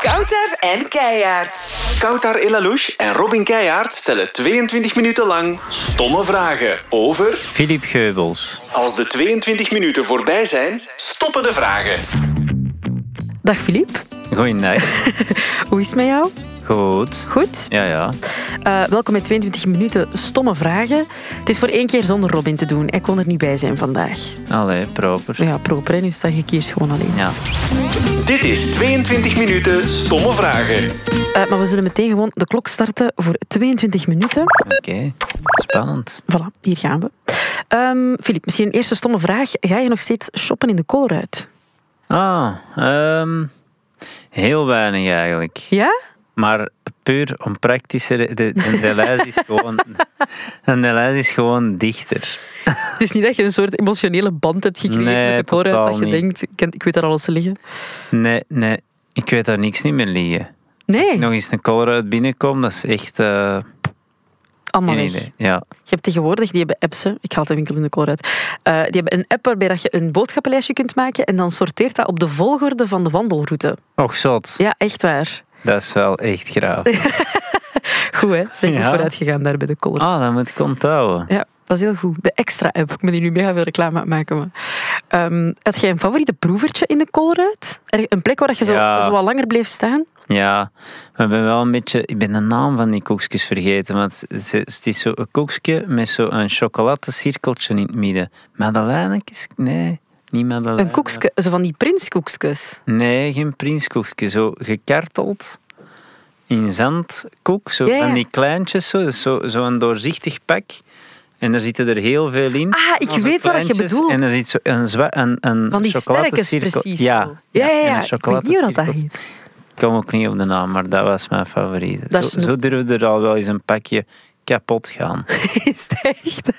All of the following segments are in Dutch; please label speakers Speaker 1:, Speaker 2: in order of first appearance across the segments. Speaker 1: Kouter en Keijaard.
Speaker 2: Koutar Elalouche en Robin Keijaard stellen 22 minuten lang stomme vragen over...
Speaker 3: Filip Geubels.
Speaker 2: Als de 22 minuten voorbij zijn, stoppen de vragen.
Speaker 4: Dag Filip,
Speaker 3: Goeiedag.
Speaker 4: hoe is het met jou?
Speaker 3: Goed.
Speaker 4: Goed?
Speaker 3: Ja, ja.
Speaker 4: Eh, welkom bij 22 minuten stomme vragen. Het is voor één keer zonder Robin te doen. Hij kon er niet bij zijn vandaag.
Speaker 3: Allee, proper.
Speaker 4: Ja, proper, hè? nu sta ik hier gewoon alleen.
Speaker 3: Ja.
Speaker 2: Dit is 22 minuten stomme vragen.
Speaker 4: Eh, maar we zullen meteen gewoon de klok starten voor 22 minuten.
Speaker 3: Oké. Spannend.
Speaker 4: Voilà, hier gaan we. Ehm, Filip, misschien een eerste stomme vraag. Ga je nog steeds shoppen in de Colruyt?
Speaker 3: Ah, ehm, heel weinig eigenlijk.
Speaker 4: Ja?
Speaker 3: Maar puur om praktische... re- De, de, de lijst is gewoon... De lijst is gewoon dichter.
Speaker 4: Het is niet dat je een soort emotionele band hebt gekregen
Speaker 3: Nee,
Speaker 4: met de Colruyt.
Speaker 3: totaal
Speaker 4: Dat je
Speaker 3: niet.
Speaker 4: denkt, ik, ken- ik weet daar alles te liggen.
Speaker 3: Nee, nee. Ik weet daar niks niet meer liggen.
Speaker 4: Nee,
Speaker 3: Nog eens een color uit binnenkomt, dat is echt... eh
Speaker 4: allemaal
Speaker 3: geen
Speaker 4: weg.
Speaker 3: idee. Ja.
Speaker 4: Je hebt tegenwoordig, die hebben apps, hè. ik haal de winkel in de kool uit. Eh, die hebben een app waarbij dat je een boodschappenlijstje kunt maken en dan sorteert dat op de volgorde van de wandelroute.
Speaker 3: Och, zot.
Speaker 4: Ja, echt waar.
Speaker 3: Dat is wel echt graaf.
Speaker 4: Goed hè, zijn we
Speaker 3: Ja.
Speaker 4: vooruit gegaan daar bij de kool.
Speaker 3: Ah, dat moet ik onthouden.
Speaker 4: Ja, dat is heel goed. De extra app, ik moet hier nu mega veel reclame aan maken. Maar. Ehm had jij een favoriete proevertje in de Colruyt? Er- Een plek waar dat je zo,
Speaker 3: Ja.
Speaker 4: zo wat langer bleef staan?
Speaker 3: Ja, maar ik ben wel een beetje... Ik ben de naam van die koekjes vergeten. Want het is- het is zo een koekje met zo'n chocoladecirkeltje in het midden. Madeleinekjes? Nee, niet Madeleine.
Speaker 4: Een koekske, zo van die prinskoekskes.
Speaker 3: Nee, geen prinskoekje. Zo gekarteld in zandkoek. Zo
Speaker 4: Ja, ja.
Speaker 3: van die kleintjes, zo, zo, zo een doorzichtig pak. En er zitten er heel veel in.
Speaker 4: Ah, ik
Speaker 3: Van zo'n
Speaker 4: weet wat je
Speaker 3: kleintjes.
Speaker 4: bedoelt.
Speaker 3: En er zit zo een, zwa- een, een
Speaker 4: Van die sterkes
Speaker 3: chocoladecirkel.
Speaker 4: precies. zo.
Speaker 3: Ja,
Speaker 4: ja, ja.
Speaker 3: en een
Speaker 4: ja. Ik weet niet wat dat
Speaker 3: chocoladecirkel.
Speaker 4: heet.
Speaker 3: Ik kom ook niet op de naam, maar dat was mijn favoriet.
Speaker 4: Dat is
Speaker 3: zo,
Speaker 4: een-
Speaker 3: zo durfde er al wel eens een pakje kapot gaan.
Speaker 4: Is het echt?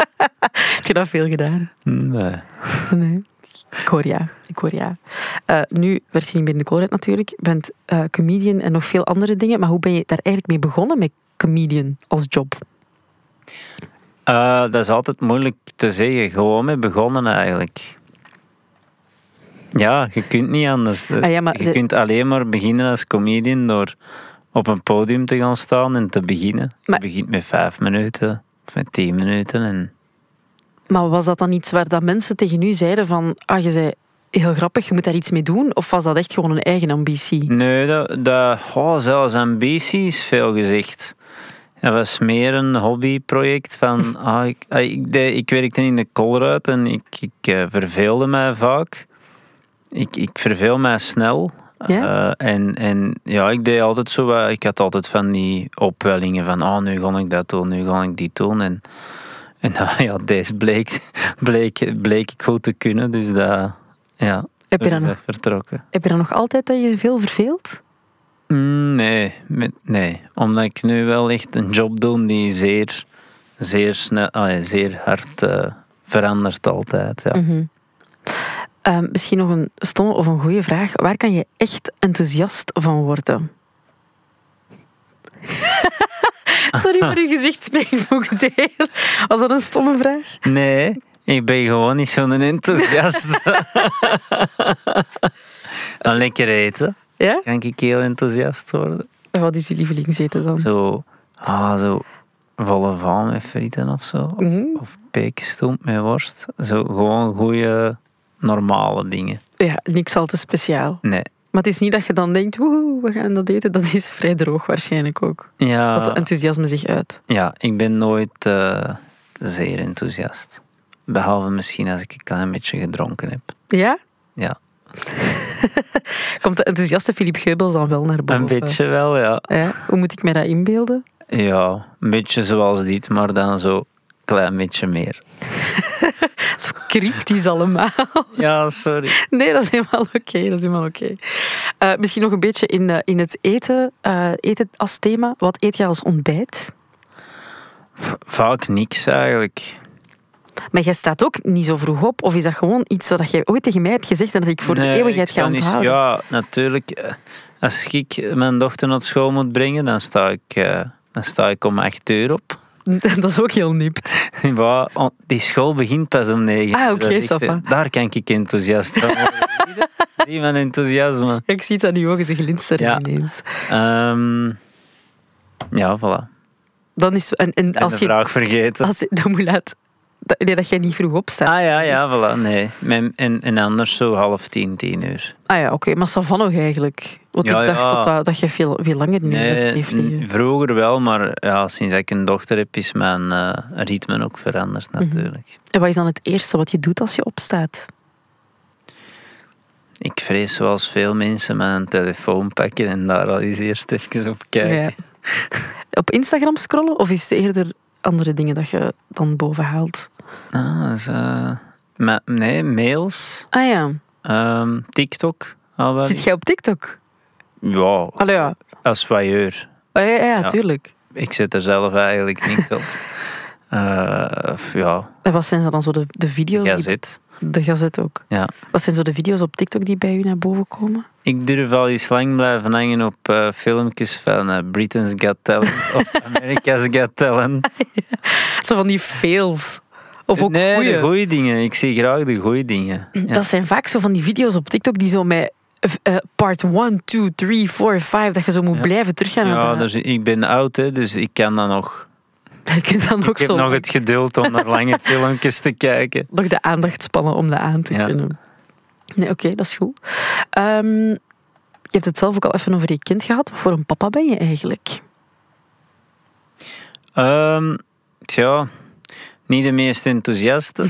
Speaker 4: Heb je dat veel gedaan?
Speaker 3: Nee.
Speaker 4: Nee. Ik hoor ja. Ik hoor ja. Eh, nu werd je niet meer in de Colruyt natuurlijk. Je bent eh, comedian en nog veel andere dingen. Maar hoe ben je daar eigenlijk mee begonnen met comedian als job?
Speaker 3: Eh, dat is altijd moeilijk te zeggen. Gewoon mee begonnen eigenlijk. Ja, je kunt niet anders.
Speaker 4: Ah ja, maar
Speaker 3: je
Speaker 4: ze-
Speaker 3: kunt alleen maar beginnen als comedian door op een podium te gaan staan en te beginnen.
Speaker 4: Maar-
Speaker 3: Je begint met vijf minuten of met tien minuten. En...
Speaker 4: Maar was dat dan iets waar dat mensen tegen u zeiden van... Ah, je zei heel grappig, je moet daar iets mee doen? Of was dat echt gewoon een eigen ambitie?
Speaker 3: Nee, dat, dat, oh, zelfs ambitie is veel gezegd. Het was meer een hobbyproject van... Ah, ik, ah, ik, deed- ik werkte in de Colruyt en ik, ik eh, verveelde mij vaak. Ik, ik verveel mij snel.
Speaker 4: Ja?
Speaker 3: Eh, en, en ja, ik deed altijd zo wat... Ik had altijd van die opwellingen van... Ah, nu ga ik dat doen, nu ga ik die doen. En, en ja, deze bleek, bleek, bleek ik goed te kunnen. Dus dat... Ja,
Speaker 4: Heb je
Speaker 3: zo
Speaker 4: dat
Speaker 3: is
Speaker 4: nog,
Speaker 3: vertrokken.
Speaker 4: heb je dan nog altijd dat je veel verveelt?
Speaker 3: Mm, Nee, met- nee. Omdat ik nu wel echt een job doe die zeer, zeer, snel, allee, zeer hard eh, verandert altijd. Ja.
Speaker 4: Mhm. Eh, misschien nog een stomme of een goede vraag. Waar kan je echt enthousiast van worden? Sorry voor uw gezicht, maar ik vond het heel- Was dat een stomme vraag?
Speaker 3: Nee, ik ben gewoon niet zo'n enthousiast. Dan lekker eten.
Speaker 4: Ja?
Speaker 3: Kan ik heel enthousiast worden?
Speaker 4: En Wat is uw lievelingseten dan?
Speaker 3: Zo, ah, zo volle van met frieten of zo. Of,
Speaker 4: Mhm.
Speaker 3: of pekestoemp met worst. Zo gewoon goede, normale dingen.
Speaker 4: Ja, niks al te speciaal.
Speaker 3: Nee.
Speaker 4: Maar het is niet dat je dan denkt, woehoe, we gaan dat eten. Dat is vrij droog waarschijnlijk ook.
Speaker 3: Ja.
Speaker 4: Wat de enthousiasme zich uit.
Speaker 3: Ja, ik ben nooit eh, zeer enthousiast. Behalve misschien als ik een klein beetje gedronken heb.
Speaker 4: Ja?
Speaker 3: Ja,
Speaker 4: Komt de enthousiaste Filip Geubels dan wel naar boven?
Speaker 3: een beetje wel, ja.
Speaker 4: Ja? Hoe moet ik mij dat inbeelden?
Speaker 3: Ja, een beetje zoals dit, maar dan zo een klein beetje meer.
Speaker 4: Zo cryptisch allemaal.
Speaker 3: Ja, sorry.
Speaker 4: Nee, dat is helemaal oké. dat is helemaal oké. Eh, misschien nog een beetje in, eh, in het eten. eh, eten als thema. Wat eet je als ontbijt?
Speaker 3: Vaak niks eigenlijk.
Speaker 4: Maar jij staat ook niet zo vroeg op. Of is dat gewoon iets wat jij ooit tegen mij hebt gezegd en dat ik voor
Speaker 3: Nee,
Speaker 4: de eeuwigheid
Speaker 3: ik
Speaker 4: ga
Speaker 3: sta niet-
Speaker 4: onthouden?
Speaker 3: Ja, natuurlijk. eh, Als ik mijn dochter naar school moet brengen, dan sta ik, eh, dan sta ik om 8 uur op.
Speaker 4: dat is ook heel nipt.
Speaker 3: Ja, on- oh, Die school begint pas om Dus 9 uur.
Speaker 4: Ah,
Speaker 3: Dat
Speaker 4: oké,
Speaker 3: is echt,
Speaker 4: ça va.
Speaker 3: eh, Daar kan ik enthousiast van worden. Zie mijn enthousiasme.
Speaker 4: Ik zie het aan uw ogen, ze glinsteren
Speaker 3: Ja.
Speaker 4: ineens.
Speaker 3: Ehm, ja, voilà.
Speaker 4: Dan is, en, en
Speaker 3: Ik ben
Speaker 4: als
Speaker 3: de
Speaker 4: je,
Speaker 3: vraag vergeten.
Speaker 4: als je de moulet... dat- Nee, dat jij niet vroeg opstaat.
Speaker 3: Ah ja, ja, voilà. Nee. Mijn- En, en anders zo half tien, tien uur.
Speaker 4: Ah ja, oké, maar Savannah eigenlijk. Want
Speaker 3: Ja,
Speaker 4: ik dacht
Speaker 3: ja.
Speaker 4: dat, dat, dat je veel, veel langer nu les bleef liggen.
Speaker 3: n- vroeger wel, maar ja, sinds ik een dochter heb, is mijn eh, ritme ook veranderd
Speaker 4: Mhm.
Speaker 3: natuurlijk.
Speaker 4: En wat is dan het eerste wat je doet als je opstaat?
Speaker 3: Ik vrees zoals veel mensen mijn telefoon pakken en daar al eens eerst even op kijken.
Speaker 4: Ja. Op Instagram scrollen of is het eerder andere dingen dat je dan boven haalt?
Speaker 3: Ah, dat is, eh, ma- nee, mails,
Speaker 4: Ah ja,
Speaker 3: ehm, TikTok. Al wel.
Speaker 4: zit jij op TikTok?
Speaker 3: Ja,
Speaker 4: Allee, ja.
Speaker 3: als voyeur.
Speaker 4: Ah, ja, ja, ja,
Speaker 3: Ja.
Speaker 4: tuurlijk.
Speaker 3: Ik zit er zelf eigenlijk niks op. Eh, of ja,
Speaker 4: En wat zijn ze dan zo de, de video's? die-
Speaker 3: gazet.
Speaker 4: de gazet ook.
Speaker 3: Ja.
Speaker 4: Wat zijn zo de video's op TikTok die bij u naar boven komen?
Speaker 3: Ik durf al eens lang blijven hangen op eh, filmpjes van eh, Britain's Got Talent of America's Got Talent.
Speaker 4: Zo van die fails. Of ook
Speaker 3: nee,
Speaker 4: goeie.
Speaker 3: de goede dingen. Ik zie graag de goede dingen. Ja.
Speaker 4: Dat zijn vaak zo van die video's op TikTok die zo met eh, eh, part 1, 2, 3, 4, 5, dat je zo moet
Speaker 3: Ja.
Speaker 4: blijven teruggaan. naar
Speaker 3: Ja,
Speaker 4: dat-
Speaker 3: dus ik ben oud, hè, dus ik kan dat nog.
Speaker 4: dat je dan ook
Speaker 3: Ik heb
Speaker 4: zo
Speaker 3: nog het geduld om naar lange filmpjes te kijken.
Speaker 4: nog de aandacht spannen om dat aan te
Speaker 3: Ja.
Speaker 4: kunnen. Nee, oké, dat is goed. Ehm, je hebt het zelf ook al even over je kind gehad. Wat voor een papa ben je eigenlijk?
Speaker 3: Ehm tja, niet de meest enthousiaste.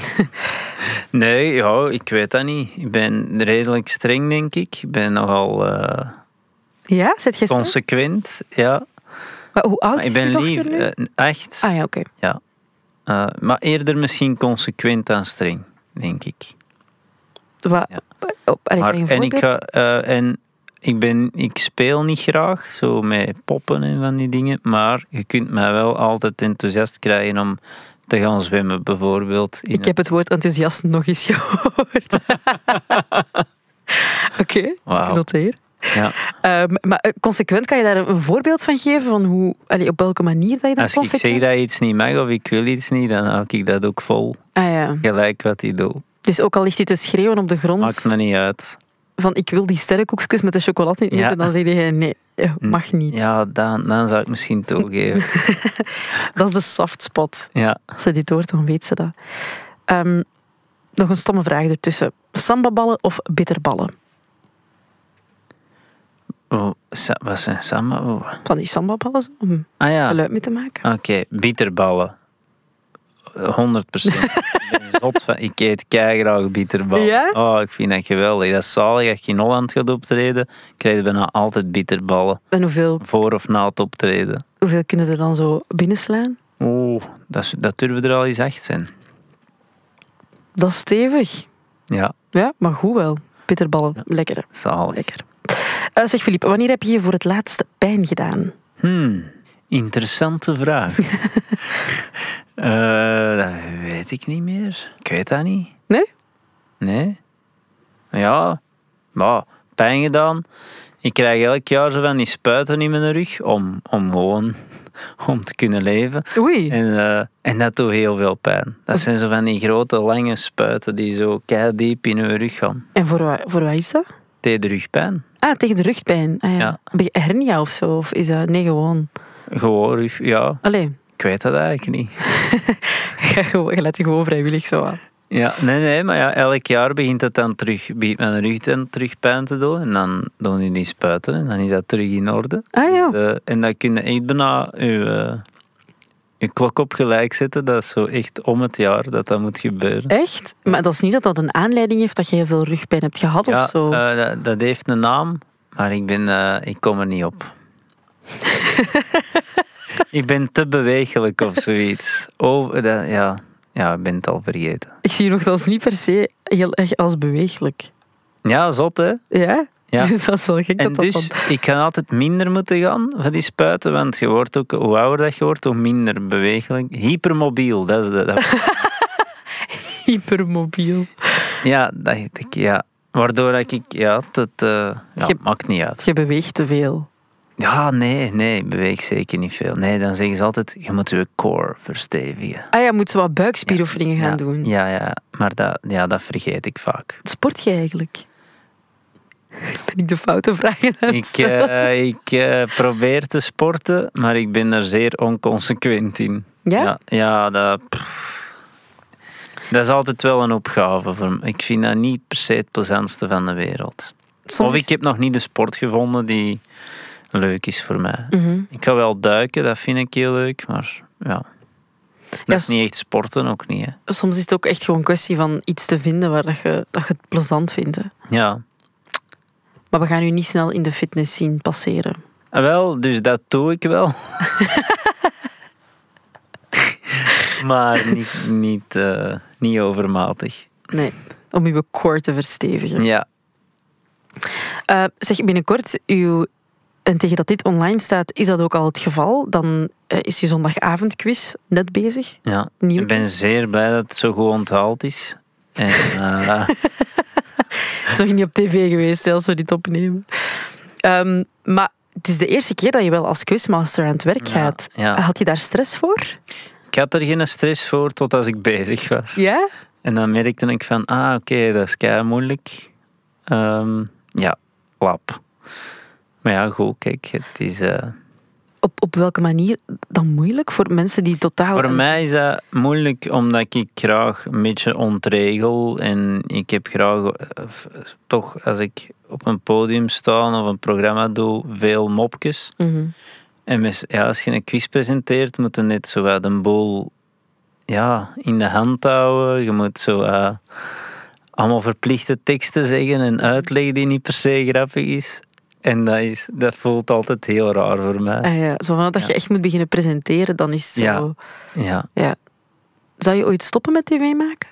Speaker 3: nee, ja, ik weet dat niet. Ik ben redelijk streng, denk ik. Ik ben nogal eh,
Speaker 4: Ja, zit je streng?
Speaker 3: consequent. Ja.
Speaker 4: Maar hoe oud
Speaker 3: Maar
Speaker 4: Oh, is
Speaker 3: ik
Speaker 4: je
Speaker 3: ben
Speaker 4: dochter
Speaker 3: lief.
Speaker 4: nu?
Speaker 3: eh, echt.
Speaker 4: ah ja, oké.
Speaker 3: Eh, maar eerder misschien consequent dan streng, denk ik.
Speaker 4: Wat?
Speaker 3: Ja.
Speaker 4: Oh, allee,
Speaker 3: Maar,
Speaker 4: kan je een
Speaker 3: en ik,
Speaker 4: voorbeeld?
Speaker 3: ga, eh, en ik, ben, ik speel niet graag, zo met poppen en van die dingen. Maar je kunt mij wel altijd enthousiast krijgen om te gaan zwemmen, bijvoorbeeld. in
Speaker 4: Ik heb het woord enthousiast nog eens gehoord. Oké,
Speaker 3: Wauw.
Speaker 4: ik noteer.
Speaker 3: een- ja.
Speaker 4: Ehm, maar eh, consequent, kan je daar een een voorbeeld van geven? Van hoe, allee, op welke manier dat je dat
Speaker 3: Als ik
Speaker 4: consequent...
Speaker 3: zeg dat je iets niet mag of ik wil iets niet, dan hou ik dat ook vol.
Speaker 4: Ah ja.
Speaker 3: Gelijk wat hij doet.
Speaker 4: Dus ook al ligt hij te schreeuwen op de grond...
Speaker 3: Maakt me niet uit.
Speaker 4: van ik wil die sterrenkoekjes met de chocolade in eten,
Speaker 3: Ja. Mm,
Speaker 4: dan zeg je nee, eh, mag niet.
Speaker 3: Ja, dan, dan zou ik misschien toegeven.
Speaker 4: Dat is de soft spot.
Speaker 3: ja.
Speaker 4: Als ze dit hoort, dan weet ze dat. Ehm, nog een stomme vraag ertussen. Sambaballen of bitterballen?
Speaker 3: Oh, sa- wat zijn samba? Oh.
Speaker 4: Van die sambaballen zo, om
Speaker 3: Ah ja.
Speaker 4: geluid mee te maken.
Speaker 3: Oké, bitterballen. 100 procent. ik eet graag bitterballen.
Speaker 4: Ja?
Speaker 3: Oh, ik vind dat geweldig. Dat is zalig. Als je in Holland gaat optreden, krijg je bijna altijd bitterballen.
Speaker 4: En hoeveel,
Speaker 3: Voor of na het optreden.
Speaker 4: hoeveel kunnen er dan zo binnenslaan?
Speaker 3: Oeh, dat, is- dat durven er al eens echt zijn.
Speaker 4: Dat is stevig.
Speaker 3: Ja,
Speaker 4: Ja, maar goed wel. Bitterballen, lekker.
Speaker 3: zalig.
Speaker 4: lekker. Eh, zeg Filip, wanneer heb je je voor het laatst pijn gedaan?
Speaker 3: Hmm, interessante vraag. Eh, dat weet ik niet meer. Ik weet dat niet.
Speaker 4: Nee?
Speaker 3: Nee. Ja, maar pijn gedaan. Ik krijg elk jaar zo van die spuiten in mijn rug om, om gewoon om te kunnen leven.
Speaker 4: Oei.
Speaker 3: En, eh, en dat doet heel veel pijn. Dat zijn zo van die grote, lange spuiten die zo diep in hun rug gaan.
Speaker 4: En voor, wa- voor wat is dat?
Speaker 3: Tegen de rugpijn.
Speaker 4: Ah, tegen de rugpijn. Ah, ja.
Speaker 3: Ja.
Speaker 4: Heb je hernia of zo? Of is dat... Nee, gewoon...
Speaker 3: Gewoon rug, ja.
Speaker 4: Allee,
Speaker 3: Ik weet dat eigenlijk niet.
Speaker 4: je gewoon- je laat je gewoon vrijwillig zo aan.
Speaker 3: Ja, nee, nee, maar ja, elk jaar begint het dan terug, begint mijn rug dan terug pijn te doen. En dan doen die die spuiten en dan is dat terug in orde.
Speaker 4: Ah ja.
Speaker 3: Dus, eh, en dan kun je echt bijna je, eh, je klok op gelijk zetten. Dat is zo echt om het jaar dat dat moet gebeuren.
Speaker 4: Echt? Maar dat is niet dat dat een aanleiding heeft dat je heel veel rugpijn hebt gehad
Speaker 3: ja,
Speaker 4: of zo.
Speaker 3: eh, dat, dat heeft een naam, maar ik, ben, eh, ik kom er niet op. ik ben te bewegelijk of zoiets. Over, dat, ja. ja, ik ben het al vergeten.
Speaker 4: Ik zie je nog dat is niet per se heel erg als beweeglijk.
Speaker 3: Ja, zot hè?
Speaker 4: Ja?
Speaker 3: Ja.
Speaker 4: Dus dat is wel gek
Speaker 3: En
Speaker 4: dat
Speaker 3: dus,
Speaker 4: dat dan...
Speaker 3: ik ga altijd minder moeten gaan van die spuiten, want je wordt ook, hoe ouder dat je wordt, hoe minder bewegelijk. Hypermobiel, dat is de... dat-
Speaker 4: Hypermobiel.
Speaker 3: ja, dat, ik, ja, waardoor dat ik, ja, dat eh, ja,
Speaker 4: Je-
Speaker 3: maakt niet uit.
Speaker 4: Je beweegt te veel.
Speaker 3: Ja, nee, nee, ik beweeg zeker niet veel. Nee, dan zeggen ze altijd, je moet je core verstevigen.
Speaker 4: Ah ja, moet zo wat buikspieroefeningen gaan
Speaker 3: ja,
Speaker 4: doen.
Speaker 3: Ja, ja, maar dat, ja, dat vergeet ik vaak.
Speaker 4: Sport je eigenlijk? Ben ik de foute vragen aan het
Speaker 3: Ik,
Speaker 4: stellen?
Speaker 3: eh, ik eh, probeer te sporten, maar ik ben er zeer onconsequent in.
Speaker 4: Ja?
Speaker 3: Ja, ja, dat... pff. Dat is altijd wel een opgave voor me. Ik vind dat niet per se het plezantste van de wereld.
Speaker 4: Soms
Speaker 3: Of
Speaker 4: is-
Speaker 3: ik heb nog niet de sport gevonden die leuk is voor mij.
Speaker 4: Mhm.
Speaker 3: Ik ga wel duiken, dat vind ik heel leuk, maar ja. Dat
Speaker 4: Ja,
Speaker 3: is niet echt sporten, ook niet. Hè.
Speaker 4: Soms is het ook echt gewoon een kwestie van iets te vinden waar dat je, dat je het plezant vindt. hè.
Speaker 3: Ja.
Speaker 4: Maar we gaan u niet snel in de fitness zien passeren.
Speaker 3: Ah, Wel, dus dat doe ik wel. maar niet, niet, eh, niet overmatig.
Speaker 4: Nee, om uw core te verstevigen.
Speaker 3: Ja,
Speaker 4: Eh, zeg, binnenkort, uw, en tegen dat dit online staat, is dat ook al het geval. Dan eh, is je zondagavondquiz net bezig.
Speaker 3: ja.
Speaker 4: Nieuw
Speaker 3: ik ben
Speaker 4: quiz.
Speaker 3: zeer blij dat het zo goed onthaald is. En, eh,
Speaker 4: Het is nog niet op tv geweest hè, als we dit opnemen. Ehm, maar het is de eerste keer dat je wel als quizmaster aan het werk gaat.
Speaker 3: ja.
Speaker 4: Had je daar stress voor?
Speaker 3: ik had er geen stress voor tot als ik bezig was.
Speaker 4: Ja?
Speaker 3: En dan merkte ik van, ah oké, dat is kei moeilijk. Ehm, ja, lap. Maar ja, goed, kijk, het is... eh,
Speaker 4: Oh, Op, op welke manier dan moeilijk voor mensen die totaal...
Speaker 3: Voor mij is dat moeilijk omdat ik graag een beetje ontregel en ik heb graag eh, f- toch als ik op een podium sta of een programma doe veel mopjes.
Speaker 4: Mhm.
Speaker 3: En mis- ja, als je een quiz presenteert moet je net zo wat een boel ja, in de hand houden. Je moet zo wat allemaal verplichte teksten zeggen en uitleggen die niet per se grappig is. En dat, is, dat voelt altijd heel raar voor mij.
Speaker 4: Ah ja, zo vanaf dat je echt moet beginnen presenteren, dan is zo...
Speaker 3: Ja. Ja,
Speaker 4: Zou je ooit stoppen met tv maken?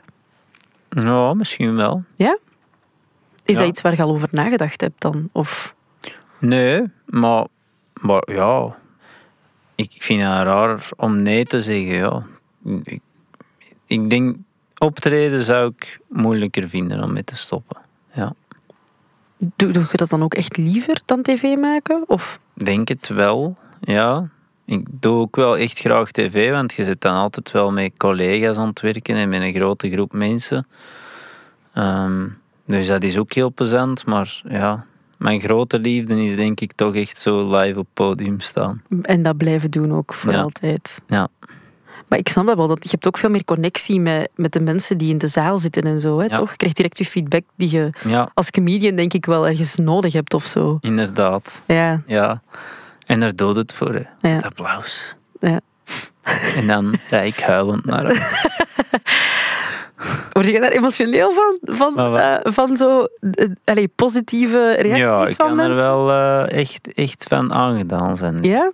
Speaker 3: ja misschien wel.
Speaker 4: Is
Speaker 3: Ja.
Speaker 4: dat iets waar je al over nagedacht hebt dan? Of...
Speaker 3: Nee, maar, maar ja, ik vind het raar om nee te zeggen. Ja. Ik, ik denk, optreden zou ik moeilijker vinden om mee te stoppen.
Speaker 4: Doe, doe je dat dan ook echt liever dan tv maken? Of
Speaker 3: Denk het wel, ja. Ik doe ook wel echt graag tv, want je zit dan altijd wel met collega's aan het werken en met een grote groep mensen. Ehm, dus dat is ook heel plezant, maar ja, mijn grote liefde is denk ik toch echt zo live op podium staan.
Speaker 4: en dat blijven doen ook voor
Speaker 3: Ja.
Speaker 4: altijd?
Speaker 3: Ja.
Speaker 4: Maar ik snap dat wel. Dat, je hebt ook veel meer connectie met, met de mensen die in de zaal zitten en zo, hè,
Speaker 3: Ja.
Speaker 4: toch? Je krijgt direct je feedback die je
Speaker 3: Ja,
Speaker 4: als comedian denk ik wel ergens nodig hebt of zo.
Speaker 3: inderdaad.
Speaker 4: Ja,
Speaker 3: Ja. En daar dood het voor, hè.
Speaker 4: ja.
Speaker 3: Het applaus.
Speaker 4: Ja.
Speaker 3: En dan rijd ik huilend naar hem.
Speaker 4: Word je daar emotioneel van? Van,
Speaker 3: Maar wat-
Speaker 4: eh, van zo eh, allee, positieve reacties
Speaker 3: ja, ik
Speaker 4: van
Speaker 3: kan
Speaker 4: mensen?
Speaker 3: er wel eh, echt, echt van aangedaan zijn.
Speaker 4: Ja?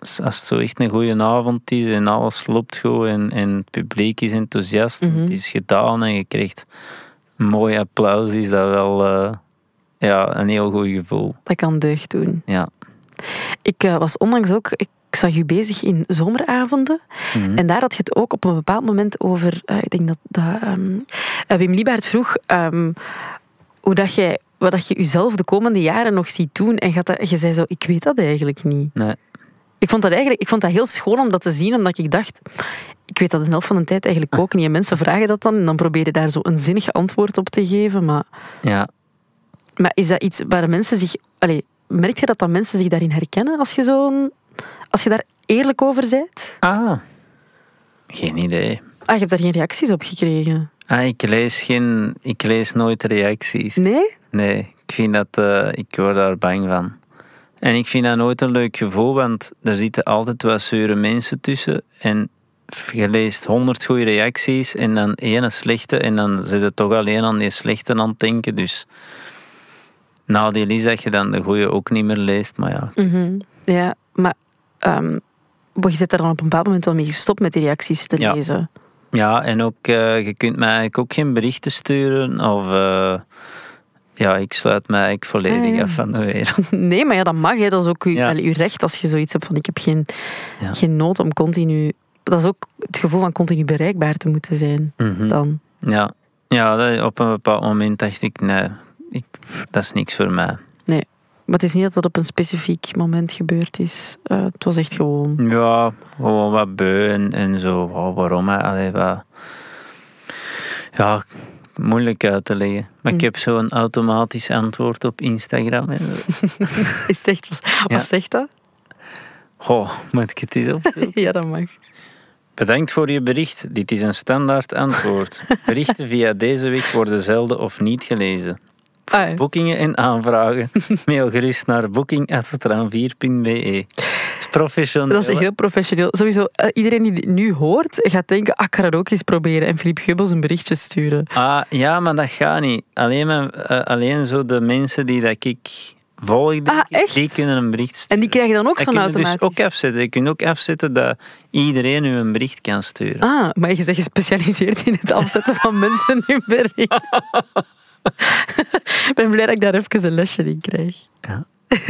Speaker 3: Als als het zo echt een goede avond is en alles loopt goed en, en het publiek is enthousiast, en
Speaker 4: Mhm.
Speaker 3: het is gedaan en je krijgt een mooi applaus, is dat wel eh, ja, een heel goed gevoel.
Speaker 4: Dat kan deugd doen.
Speaker 3: Ja.
Speaker 4: Ik eh, was onlangs ook... Ik zag u bezig in zomeravonden.
Speaker 3: Mhm.
Speaker 4: En daar had je het ook op een bepaald moment over... eh, ik denk dat... dat ehm, eh, Wim Liebaert vroeg ehm, hoe dat jij... Wat dat je jezelf de komende jaren nog ziet doen. En je, had dat, je zei zo, ik weet dat eigenlijk niet.
Speaker 3: Nee.
Speaker 4: Ik vond dat eigenlijk ik vond dat heel schoon om dat te zien, omdat ik dacht... Ik weet dat de helft van de tijd eigenlijk ook niet. En mensen vragen dat dan en dan probeer je daar zo een zinnig antwoord op te geven. Maar
Speaker 3: Ja.
Speaker 4: maar is dat iets waar mensen zich. Allee, merk je dat, dat mensen zich daarin herkennen als je, zo'n, als je daar eerlijk over bent?
Speaker 3: Ah, geen idee.
Speaker 4: Ah, je hebt daar geen reacties op gekregen.
Speaker 3: Ah, ik, lees geen, ik lees nooit reacties.
Speaker 4: Nee?
Speaker 3: Nee, ik vind dat, eh, ik word daar bang van. En ik vind dat nooit een leuk gevoel, want er zitten altijd wat zure mensen tussen. En je leest honderd goede reacties en dan ene slechte. En dan zit het toch alleen aan die slechte aan het denken. Dus nadeel is dat je dan de goede ook niet meer leest. Maar ja,
Speaker 4: Mhm. Ja, maar. ehm, maar je zit daar dan op een bepaald moment wel mee gestopt met die reacties te
Speaker 3: Ja.
Speaker 4: lezen.
Speaker 3: Ja, en ook, eh, je kunt mij eigenlijk ook geen berichten sturen. Of eh, ja, ik sluit mij eigenlijk volledig
Speaker 4: Ah, ja.
Speaker 3: af van de wereld.
Speaker 4: Nee, maar ja, dat mag. Hè. Dat is ook uw,
Speaker 3: Ja.
Speaker 4: allee, uw recht als je zoiets hebt van ik heb geen,
Speaker 3: Ja.
Speaker 4: geen nood om continu... Dat is ook het gevoel van continu bereikbaar te moeten zijn
Speaker 3: Mhm.
Speaker 4: dan.
Speaker 3: Ja, ja dat- op een bepaald moment dacht ik, nee, ik, dat is niks voor mij.
Speaker 4: Maar het is niet dat dat op een specifiek moment gebeurd is. Eh, het was echt gewoon...
Speaker 3: Hm. Ja, gewoon Oh, wat beu en, en zo. Wa- waarom? hè? Allee, wat... Ja, ik moeilijk uit te leggen. Maar
Speaker 4: Hm.
Speaker 3: ik heb zo'n automatisch antwoord op Instagram. hè.
Speaker 4: Is het echt, wat, wat zegt dat?
Speaker 3: Goh, moet ik het eens opzoeken?
Speaker 4: Ja, dat mag.
Speaker 3: Bedankt voor je bericht. Dit is een standaard antwoord. Berichten via deze weg worden zelden of niet gelezen.
Speaker 4: Ah, ja.
Speaker 3: Boekingen en aanvragen. Mail gerust naar booking.traan4.be. Het is professioneel.
Speaker 4: Dat is heel professioneel. Sowieso, eh, iedereen die dit nu hoort, gaat denken, ah, ik ga dat ook eens proberen. En Filip Gubbels een berichtje sturen.
Speaker 3: Ah, ja, maar dat gaat niet. Alleen, maar, eh, alleen zo de mensen die dat ik volg, denk
Speaker 4: Ah,
Speaker 3: ik,
Speaker 4: echt?
Speaker 3: die kunnen een bericht sturen.
Speaker 4: En die krijgen dan ook
Speaker 3: Dat
Speaker 4: zo'n
Speaker 3: kun je
Speaker 4: automatisch.
Speaker 3: dus ook afzetten. Je kunt ook afzetten dat iedereen u een bericht kan sturen.
Speaker 4: Ah, maar je bent gespecialiseerd in het afzetten van mensen in bericht. Ik ben blij dat ik daar even een lesje in krijg.
Speaker 3: Ja.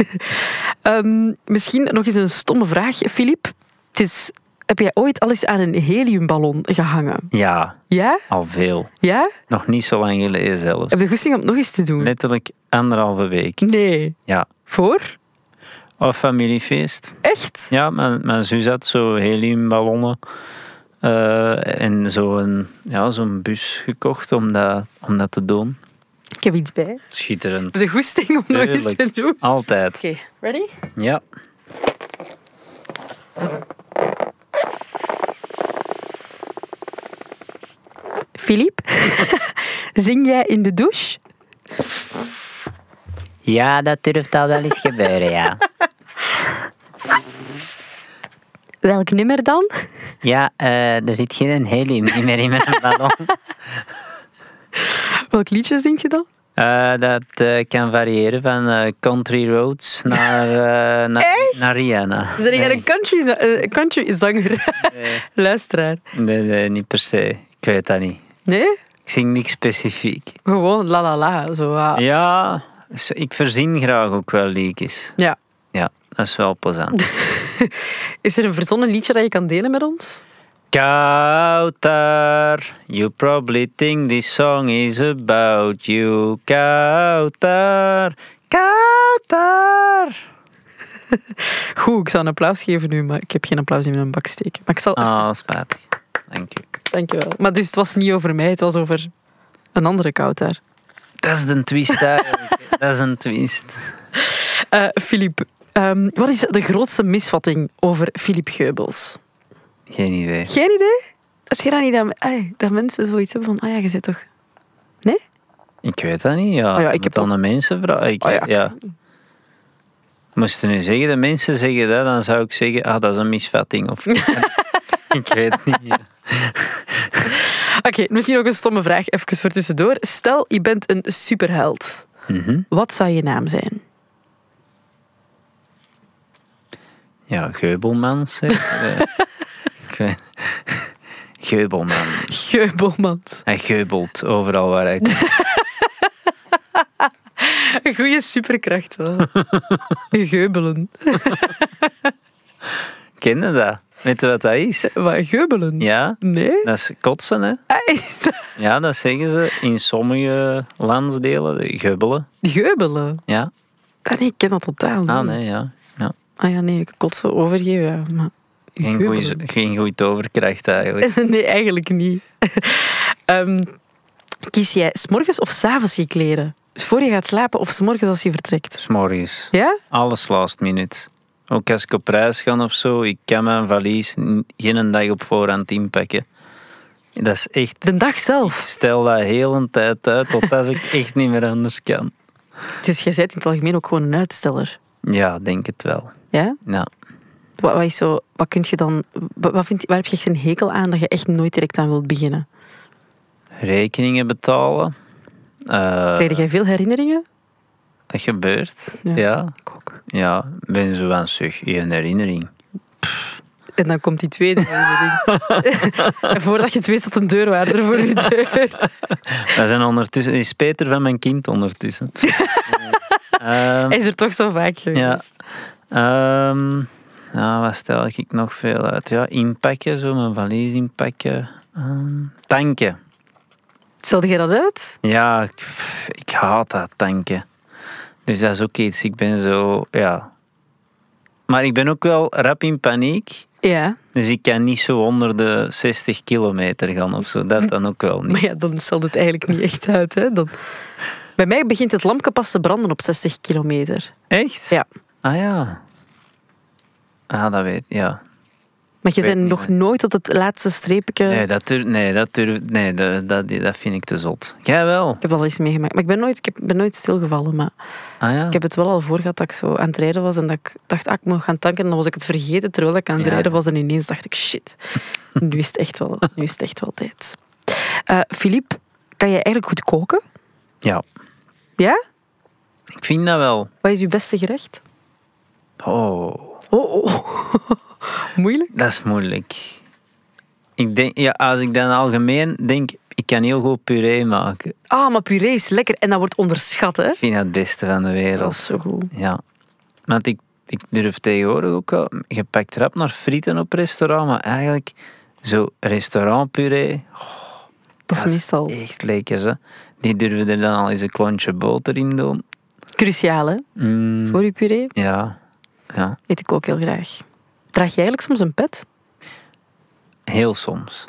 Speaker 4: Ehm, misschien nog eens een stomme vraag, Filip. Het is, heb jij ooit al eens aan een heliumballon gehangen?
Speaker 3: Ja,
Speaker 4: Ja?
Speaker 3: al veel.
Speaker 4: Ja?
Speaker 3: Nog niet zo lang geleden zelfs.
Speaker 4: Heb je goesting om het nog eens te doen?
Speaker 3: Letterlijk anderhalve week.
Speaker 4: Nee.
Speaker 3: Ja.
Speaker 4: Voor?
Speaker 3: Of familiefeest.
Speaker 4: Echt?
Speaker 3: Ja, mijn, mijn zus had zo heliumballonnen. eh, en zo'n ja, zo'n bus gekocht om dat, om dat te doen.
Speaker 4: Ik heb iets bij.
Speaker 3: Schitterend.
Speaker 4: De goesting om nog eens te
Speaker 3: Tuurlijk.
Speaker 4: doen. Oké,
Speaker 3: Altijd.
Speaker 4: ready?
Speaker 3: Ja.
Speaker 4: Filip, zing jij in de douche?
Speaker 5: Ja, dat durft al wel eens gebeuren, ja.
Speaker 4: Welk nummer dan?
Speaker 5: Ja, eh, er zit geen helium meer in mijn ballon.
Speaker 4: Welk liedje zingt je dan?
Speaker 3: Eh, dat eh, kan variëren van eh, Country Roads naar, eh, naar, naar Rihanna.
Speaker 4: Zijn jij een country, za- eh, country zanger? Luisteraar.
Speaker 3: Nee, nee, niet per se. Ik weet dat niet.
Speaker 4: Nee?
Speaker 3: Ik zing niks specifiek.
Speaker 4: Gewoon la la la. Zo, ah. ja.
Speaker 3: Ja, s- ik verzin graag ook wel liedjes. Ja, dat is wel plezant.
Speaker 4: Is er een verzonnen liedje dat je kan delen met ons?
Speaker 3: Kautar, you probably think this song is about you. Kautar, Kautar.
Speaker 4: Goed, ik zou een applaus geven nu, maar ik heb geen applaus in mijn bak steken. Maar ik zal
Speaker 3: Ah,
Speaker 4: even...
Speaker 3: spijtig. Dank u.
Speaker 4: Dankjewel. Maar dus het was niet over mij, het was over een andere koud daar.
Speaker 3: Dat is een twist eigenlijk. Dat is een twist.
Speaker 4: Eh, Filip, ehm, wat is de grootste misvatting over Filip Geubels?
Speaker 3: Geen idee.
Speaker 4: Geen idee? Heb je dat niet dat, ai, dat mensen zoiets hebben van, ah ja, je zit toch...
Speaker 3: Ik weet dat niet, ja.
Speaker 4: Oh ja, ik
Speaker 3: ik heb
Speaker 4: heb
Speaker 3: dan de mensen vragen. Ik,
Speaker 4: Oh ja,
Speaker 3: ja.
Speaker 4: ik-
Speaker 3: Moesten nu zeggen, de mensen zeggen dat, dan zou ik zeggen, ah, dat is een misvatting. Of, ik weet niet.
Speaker 4: Oké, misschien ook een stomme vraag, even voor tussendoor. Stel, je bent een superheld.
Speaker 3: Mhm.
Speaker 4: Wat zou je naam zijn?
Speaker 3: Ja, Geubelmans. hè. Eh, ik weet- Geubelman.
Speaker 4: Geubelmans.
Speaker 3: Hij geubelt overal waar hij komt.
Speaker 4: Een goede superkracht wel. Geubelen.
Speaker 3: Ken je dat? Weet je wat dat is?
Speaker 4: Wat, geubelen?
Speaker 3: Ja,
Speaker 4: Nee?
Speaker 3: dat is kotsen, hè.
Speaker 4: Ah, is dat-
Speaker 3: Ja, dat zeggen ze in sommige landsdelen. Geubelen,
Speaker 4: Geubelen?
Speaker 3: ja.
Speaker 4: Ah, nee, ik ken dat totaal niet.
Speaker 3: Ah, nee, ja. ja.
Speaker 4: Ah ja, nee, ik kotsen overgeven, ja. Maar
Speaker 3: Geen goeie-
Speaker 4: geubelen?
Speaker 3: Geen goede toverkracht eigenlijk.
Speaker 4: Nee, eigenlijk niet. Ehm, kies jij s'morgens of s'avonds je kleren? Voor je gaat slapen of s'morgens als je vertrekt?
Speaker 3: 's morgens.
Speaker 4: Ja?
Speaker 3: Alles last minute. Ook als ik op reis ga of zo, ik kan mijn valies n- geen dag op voorhand inpakken. Dat is echt...
Speaker 4: De dag zelf.
Speaker 3: Stel dat heel een tijd uit, tot als ik echt niet meer anders kan.
Speaker 4: Dus jij bent in het algemeen ook gewoon een uitsteller.
Speaker 3: Ja, denk het wel.
Speaker 4: Ja?
Speaker 3: Ja.
Speaker 4: Wat, wat is zo, wat kun je dan, wat, wat vind, waar heb je echt een hekel aan dat je echt nooit direct aan wilt beginnen?
Speaker 3: Rekeningen betalen. Eh,
Speaker 4: Krijg jij veel herinneringen?
Speaker 3: dat gebeurt. Ja.
Speaker 4: Ja.
Speaker 3: ja.
Speaker 4: Ik ook.
Speaker 3: ben zo aan zich een herinnering.
Speaker 4: En dan komt die tweede herinnering. en voordat je het weet, zat een deurwaarder voor je deur.
Speaker 3: Dat zijn ondertussen... is Peter van mijn kind ondertussen. Eh,
Speaker 4: Hij is er toch zo vaak geweest.
Speaker 3: Ehm nou, wat stel ik nog veel uit? Ja, inpakken, zo mijn valies inpakken. Ehm, tanken.
Speaker 4: Stelde jij dat uit?
Speaker 3: Ja, ik, pff, ik haat dat, tanken. Dus dat is ook iets, ik ben zo, ja. Maar ik ben ook wel rap in paniek.
Speaker 4: Ja,
Speaker 3: Dus ik kan niet zo onder de 60 kilometer gaan of zo. Dat dan ook wel niet.
Speaker 4: maar ja, dan stelt het eigenlijk niet echt uit. Hè? Dan... Bij mij begint het lampje pas te branden op 60 kilometer.
Speaker 3: Echt?
Speaker 4: Ja.
Speaker 3: Ah ja. Ah, dat weet Ja.
Speaker 4: Maar je
Speaker 3: weet
Speaker 4: bent
Speaker 3: niet,
Speaker 4: nog
Speaker 3: hè.
Speaker 4: nooit tot het laatste streepje...
Speaker 3: Nee, dat durf, nee, dat, durf, nee dat, dat, dat vind ik te zot. Jij wel.
Speaker 4: Ik heb dat al eens meegemaakt. Maar ik ben nooit, ik heb- ben nooit stilgevallen. Maar
Speaker 3: Ah ja.
Speaker 4: ik heb het wel al voor gehad dat ik zo aan het rijden was. En dat ik dacht, ah, ik moet gaan tanken. En dan was ik het vergeten terwijl ik aan het
Speaker 3: Ja.
Speaker 4: rijden was. En ineens dacht ik, shit. Nu is het echt wel, nu is het echt wel tijd. Eh Filip, kan jij eigenlijk goed koken?
Speaker 3: Ja,
Speaker 4: Ja?
Speaker 3: ik vind dat wel.
Speaker 4: Wat is uw beste gerecht?
Speaker 3: Oh,
Speaker 4: Oh, oh. Moeilijk.
Speaker 3: dat is moeilijk. Ik denk, ja, als ik dan algemeen denk, ik kan heel goed puree maken.
Speaker 4: Ah, maar puree is lekker. En dat wordt onderschat, hè?
Speaker 3: Ik vind dat het beste van de
Speaker 4: Dat
Speaker 3: wereld.
Speaker 4: is zo goed.
Speaker 3: Ja. Want ik, ik durf tegenwoordig ook wel... Je pakt rap naar frieten op restaurant, maar eigenlijk zo restaurantpuree...
Speaker 4: Dat is meestal
Speaker 3: echt lekker, hè. Die durven er dan al eens een klontje boter in doen.
Speaker 4: cruciaal, hè?
Speaker 3: Mm,
Speaker 4: Voor uw puree
Speaker 3: ja. Ja.
Speaker 4: eet ik ook heel graag. Draag jij eigenlijk soms een pet?
Speaker 3: Heel soms.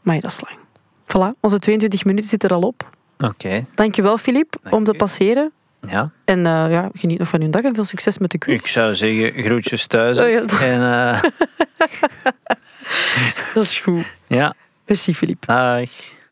Speaker 4: Maar dat is lang. Voilà, onze 22 minuten zitten er al op.
Speaker 3: Oké.
Speaker 4: Dankjewel, Filip,
Speaker 3: Dank
Speaker 4: om te
Speaker 3: u.
Speaker 4: passeren.
Speaker 3: Ja.
Speaker 4: En eh, ja, geniet nog van uw dag en veel succes met de quiz.
Speaker 3: Ik zou zeggen, groetjes thuis.
Speaker 4: Oh ja, dat-
Speaker 3: En eh,
Speaker 4: Dat is goed.
Speaker 3: ja,
Speaker 4: Merci, Filip.
Speaker 3: dag.